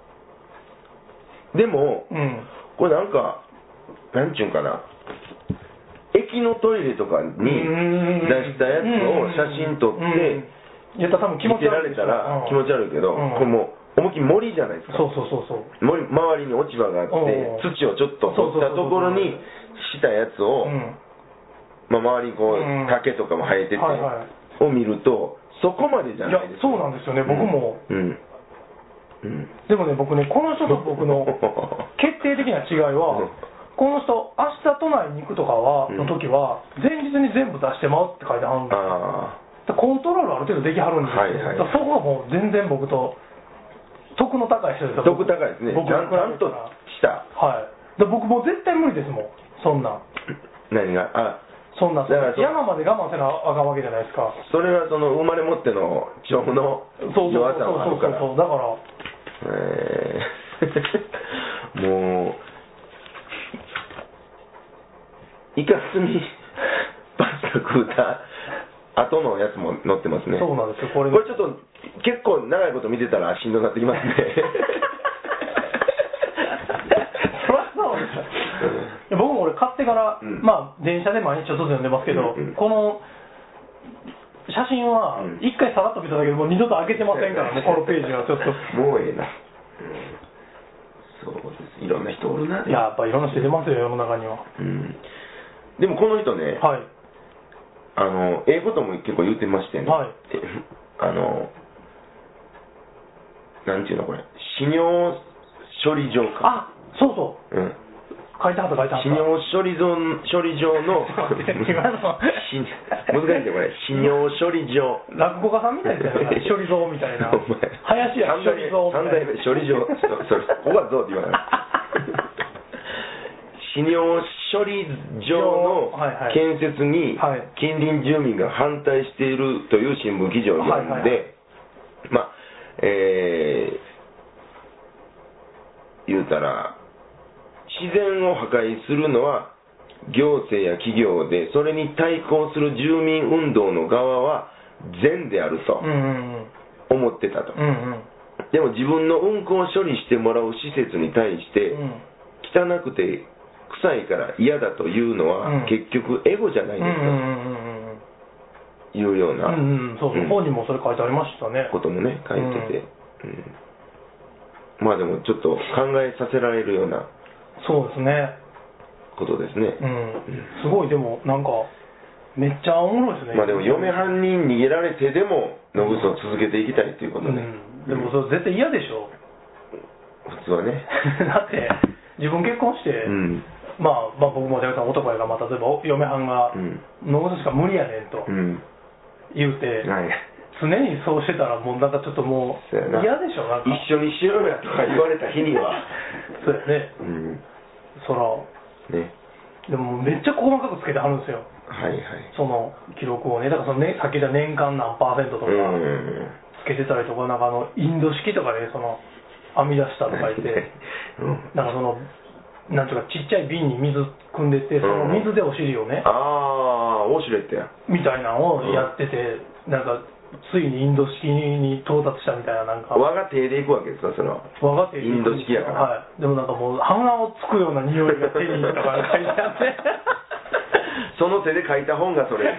S1: でも
S2: うん。
S1: これなんか、なんちゅうんかな、駅のトイレとかに
S2: うん
S1: 出したやつを写真撮っ
S2: うん
S1: て、
S2: いや、多分気
S1: 見
S2: 持
S1: て
S2: ち
S1: ら
S2: 悪い
S1: れ
S2: でしたょ
S1: ら
S2: うん
S1: 気持ち悪いけど、
S2: うん
S1: これもう、思いっきり森じゃないですか。
S2: そうそうそうそう。
S1: 森周りに落ち葉があって
S2: うん、
S1: 土をちょっと掘ったところにしたやつを
S2: う、ん。
S1: まあ、周りにこ
S2: うん
S1: う、竹とかも生えてて
S2: はいは、
S1: を見ると、そこまでじゃ
S2: い
S1: な
S2: や
S1: いです、か。
S2: そうなんですよね、僕も。
S1: うん。うん。
S2: でもね、僕ね、この人と僕の決定的な違い
S1: うん
S2: は、この人、明日都内に行くとかは、
S1: うん
S2: の時は、前日に全部出してますって書いてはるんで
S1: あ
S2: でコントロールある程度できはるんですよ、
S1: はいはい
S2: だからそこはもう全然僕と、得の高い人です
S1: あ、
S2: よ。
S1: 毒高いですね。ち
S2: 僕
S1: ゃんちゃんとした。
S2: はい。で僕もう絶対無理ですもん、そんなん。
S1: 何があ
S2: そんな
S1: だからそう
S2: 山まで我慢せなあかんわけじゃないですか
S1: それはその生まれ持っての情の
S2: そうそうそう
S1: 弱さはあ
S2: そう
S1: るから
S2: そう そうだから
S1: えーもうイカスミパスタ食うた後のやつも載ってますね
S2: そうなんですよこれ
S1: これちょっと結構長いこと見てたらしんどくなってきますね
S2: そらそうですよ僕も俺買ってから、
S1: うん
S2: まあ電車で毎日ちょっとずつ読んでますけど、
S1: うんうん
S2: この写真は
S1: うん
S2: 一回さらっと見ただけでもう二度と開けてませんからね、このページはちょっ と
S1: もうええな、うんそうですいろんな人おるない
S2: ややっぱいろんな人出ますよ世の中には
S1: うんでもこの人ね、
S2: はい
S1: あの英語とも結構言ってましてね、
S2: はい
S1: え あのなんていうのこれ死尿処理場か
S2: あそうそう
S1: うん
S2: 書いてはった書いてはっ
S1: 死
S2: た
S1: 尿処理場処理場の
S2: ちょっと待って今の
S1: し難しいねこれ死尿処理場
S2: 落語家さんみたいですよね処理像みたいな
S1: お前
S2: 林家
S1: 三
S2: 処
S1: 代
S2: 理
S1: 目
S2: 像みた
S1: 三
S2: いな
S1: 代目処理場ちょっとそれここはどうって言わ ない死尿処理場の
S2: はいはい
S1: 建設に
S2: はい
S1: 近隣住民が反対しているという新聞記事を読んで、
S2: はいはいはい
S1: まあえー言うたら自然を破壊するのは行政や企業でそれに対抗する住民運動の側は善であると
S2: うんうん
S1: 思ってたと、
S2: うんうん
S1: でも自分の運行を処理してもらう施設に対して、
S2: うんうん
S1: 汚くて臭いから嫌だというのは、
S2: うん
S1: 結局エゴじゃない
S2: うん
S1: で
S2: う
S1: すか
S2: んうんうん
S1: というような
S2: うんうん、そうそう、本にもそれ書いてありましたね。
S1: こともね書いてて、うんまあでもちょっと考えさせられるような
S2: そうですね。
S1: ことですね、
S2: うん、すごい、でも、なんか、めっちゃおもろいですね。
S1: まあでも嫁はんに逃げられてでも野グソを続けていきたいということ
S2: う
S1: ね、
S2: ん、でも、それ絶対嫌でしょ。
S1: 普通はね
S2: だって、自分結婚して、
S1: うん
S2: まあ、まあ、僕も、さん男やから、まあ、例えば、嫁はんが
S1: う、ん
S2: のことしか無理やねんと
S1: うん
S2: 言うて、
S1: はい
S2: 常にそうしてたら、もう、なんかちょっともう
S1: そうや、な
S2: 嫌でしょ、なんか。
S1: 一緒にしろやとか言われた日には
S2: そうやね。
S1: うん
S2: そら、
S1: ね
S2: でも、めっちゃ細かくつけてはるんですよ。
S1: はいはい
S2: その記録をね、だからその、ね、さっきじゃ年間何パーセントとか
S1: うん
S2: つけてたりとか、なんかあのインド式とかで、その編み出したとか 言って、
S1: うん
S2: なんかその、なんていうか、ちっちゃい瓶に水汲んでって、その水でお尻をね、
S1: ああウォシュレットや
S2: みたいなのをやってて、なんか、ついにインド式に到達したみたいな、なんか、
S1: 我が手で行くわけですかそれは
S2: わかって
S1: インド式やから
S2: はい。でもなんかもう、鼻をつくような匂いが手に とか書いてあって。
S1: その手で書いた本がそれ で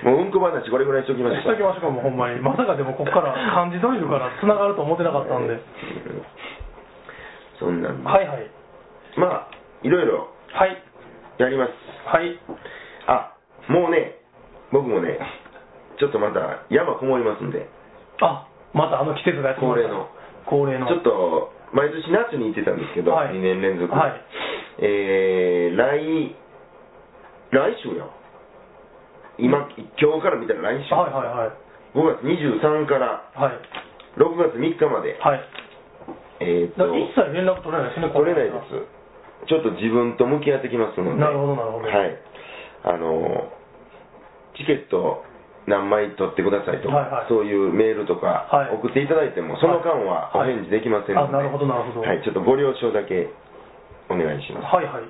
S1: すもううんこ話これぐらいしときましょう
S2: しときましょうか、もうほんまに。まさかでもこっから漢字ドリルから繋がると思ってなかったんで。
S1: そんなんで
S2: はいはい。
S1: まあいろいろ
S2: はい。
S1: やります
S2: はい。
S1: あもうね僕もねちょっとまた山こもりますんで
S2: あ、またあの季節がやってきました
S1: 恒例の。
S2: 恒例の。
S1: ちょっと毎年夏に行ってたんですけど、
S2: はい
S1: 2年連続、
S2: はい
S1: えー、来来週やわ今今日から見たら来週、
S2: はいはいはい。
S1: 5月23から
S2: はい。
S1: 6月3日まで、
S2: はい。
S1: えー、
S2: だ
S1: と
S2: から一切連絡取れないですね、
S1: 取れないですちょっと自分と向き合ってきますので
S2: なるほどなるほど
S1: はいあのーチケット何枚取ってくださいとか、
S2: はいはい
S1: そういうメールとか
S2: はい
S1: 送っていただいても、その間はお
S2: はい
S1: 返事できませんので、
S2: あ、なるほどなるほど。
S1: はい、ちょっとご了承だけお願いします。
S2: はいはい。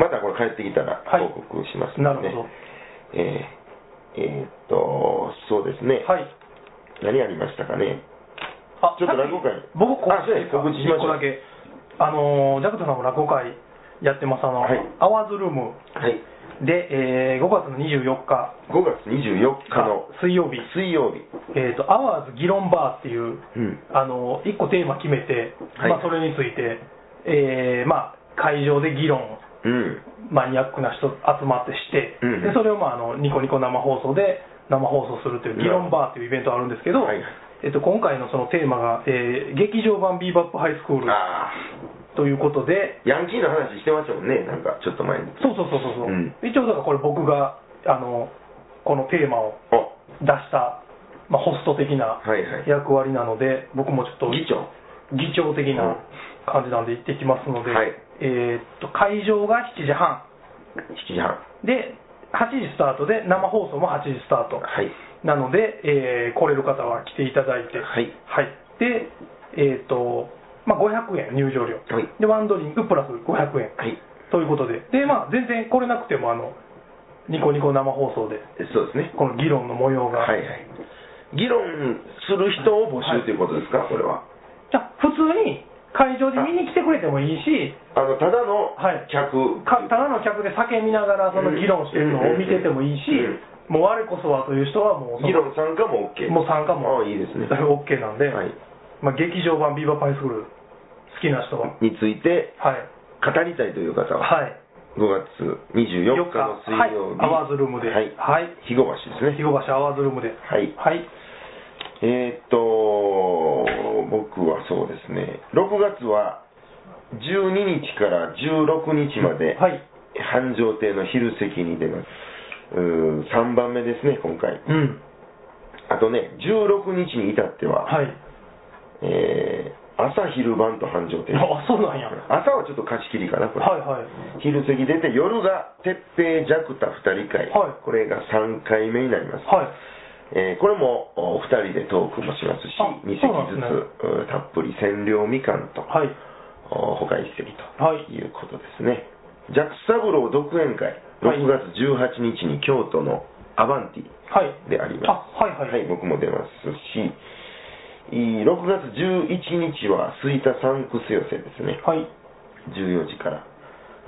S1: またこれ帰ってきたら
S2: はい
S1: 報告します
S2: な
S1: の
S2: る
S1: で、
S2: ほど。
S1: えーえーっと、そうですね。
S2: はい。
S1: 何やりましたかね。
S2: あ
S1: ちょっと落語会
S2: 僕、こ
S1: あそうや告知しましょう
S2: 一個だけ。あのー、ジャクトさんも落語会やってます。あの、
S1: はい
S2: アワーズルーム
S1: はい。
S2: で、えー、5月の24日、
S1: 5月24日の
S2: 水曜日、
S1: 水曜日。
S2: えーと、アワーズ議論バーってい
S1: う
S2: う、
S1: ん
S2: あの1個テーマ決めて、
S1: はい
S2: まあ、それについて、えーまあ、会場で議論、
S1: うん。
S2: マニアックな人集まってして、
S1: うん
S2: でそれを、まあ、あのニコニコ生放送で生放送するという議論バーというイベントがあるんですけど、
S1: はい
S2: えっと、今回のそのテーマが、えー劇場版ビーバップハイスクール
S1: あ
S2: ということで、
S1: ー、ヤンキーの話してましたもんね、なんかちょっと前に。
S2: そうそうそうそう、
S1: う
S2: う
S1: ん
S2: 一応だからこれ僕があのこのテーマを
S1: あ、
S2: 出した、まあ、ホスト的な
S1: はいはい。
S2: 役割なので、僕もちょっと
S1: 議長。
S2: 議長的な感じなんで行ってきますので、
S1: はい
S2: えーっと会場が7時半、
S1: 7時半。
S2: で、8時スタートで、生放送も8時スタート。
S1: はい。
S2: なので、えー来れる方は来ていただいて、
S1: はい
S2: で、えっ、と、まあ、500円入場料。
S1: はい
S2: で、ワンドリンクプラス500円。
S1: はい。
S2: ということで、で、まあ、全然来れなくても、あの、ニコニコ生放送で、
S1: そうですね。
S2: この議論の模様が、
S1: はいはい。議論する人を募集ということですか、これは。
S2: じゃあ普通に会場で見に来てくれてもいいし、
S1: あの、ただの
S2: はい
S1: 客。
S2: かただの客で酒見ながらその議論してるのを見ててもいいし
S1: うん、
S2: もう我こそはという人はもうその、
S1: 議論参加も OK。
S2: もう参加
S1: あ
S2: も
S1: あ、いいですね。
S2: OK なんで、
S1: はい
S2: まあ、劇場版ビバパイスクール好きな人は、
S1: について
S2: はい、
S1: 語りたいという方は、
S2: はい、
S1: 5月24日の水曜日。
S2: はい、アワーズルームで、
S1: はい。
S2: はい、
S1: 肥後橋ですね。
S2: 肥後橋アワーズルームで、
S1: はい
S2: はい、
S1: えーっと、僕はそうですね、6月は12日から16日まで、
S2: はい
S1: 繁盛亭の昼席に出ます。うー3番目ですね、今回。
S2: うん、
S1: あとね、16日に至っては、
S2: はい、
S1: えー朝昼晩と繁盛亭。
S2: あ、そうなんや、はい
S1: 朝はちょっと貸し切りかな、これ。
S2: はい、
S1: 昼過ぎ出て、夜が鉄平ジャクタ2人会、
S2: はい
S1: これが3回目になります。
S2: は
S1: え
S2: い、
S1: ーこれもお2人でトークもしますし
S2: あ、
S1: 2席
S2: そうなん
S1: ず
S2: ですね
S1: つ、うんたっぷり千両みかんと、
S2: はい、
S1: お他1席と、、
S2: はい
S1: うことですね。ジャックサブロー独演会、
S2: はい
S1: 6月18日に京都のアバンティ
S2: はい、
S1: であり
S2: あ、
S1: ま
S2: は
S1: す。
S2: い、はい、
S1: 僕も出ますし、い6月11日は吹田三区寄せですね、
S2: はい、
S1: 14時から。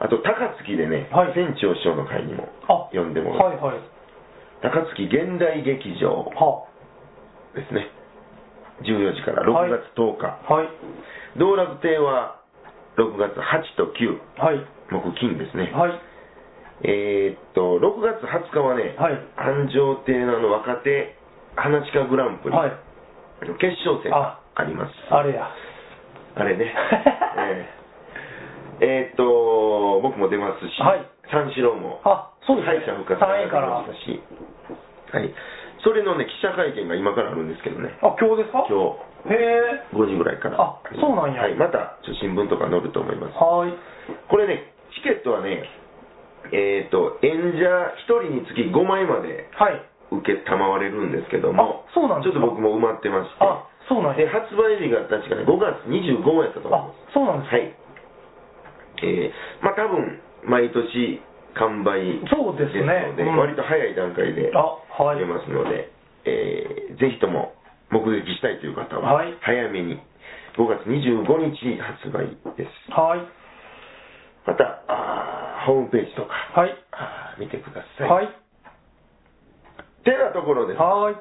S1: あと、高槻でね、
S2: はい
S1: 船長師匠の会にも
S2: あ、
S1: 呼んでもらう、
S2: はい、はい、
S1: 高槻現代劇場
S2: は
S1: ですね。14時から6月10日。
S2: あ、はい、
S1: 道楽亭は6月8と9、
S2: はい、
S1: 木金ですね。
S2: はい、
S1: えーっと、6月20日はね、
S2: はい
S1: 安城亭のあの若手話家グランプリ、
S2: はい、
S1: の決勝戦があります。
S2: あれや、
S1: あれ ね。えーえーっと、僕も出ますし、
S2: はい
S1: 三四郎も
S2: あ、そうです
S1: 敗
S2: ね、
S1: 者復活
S2: 三円から、あ
S1: 出ま、したし、はい。それのね、記者会見が今からあるんですけどね、
S2: 今日ですか
S1: 今日。
S2: へえ、
S1: 5時ぐらいから
S2: あそうなんや
S1: はい、またちょっと新聞とか載ると思います
S2: はい、
S1: これねチケットはねえっ、と演者1人につき5枚まで
S2: はい、
S1: 受けたまわれるんですけども
S2: あそうなん
S1: ち
S2: で
S1: ょ
S2: す
S1: っ
S2: か
S1: と僕も埋まってまして
S2: あ、そうなん
S1: で
S2: や、
S1: 発売日が確かね5月25やったと
S2: あ
S1: 思いま、
S2: そうなんですす
S1: はいえー、まあ多分毎年完売
S2: そうで
S1: で
S2: すね
S1: すので
S2: うん
S1: 割と早い段階で
S2: あはい
S1: 出ますので、えーぜひとも目撃したいという方は
S2: はい
S1: 早めに5月25日発売です
S2: はい、
S1: またあーホームページとか、
S2: はい、
S1: あー見てください、
S2: はい、
S1: てなところです
S2: はい。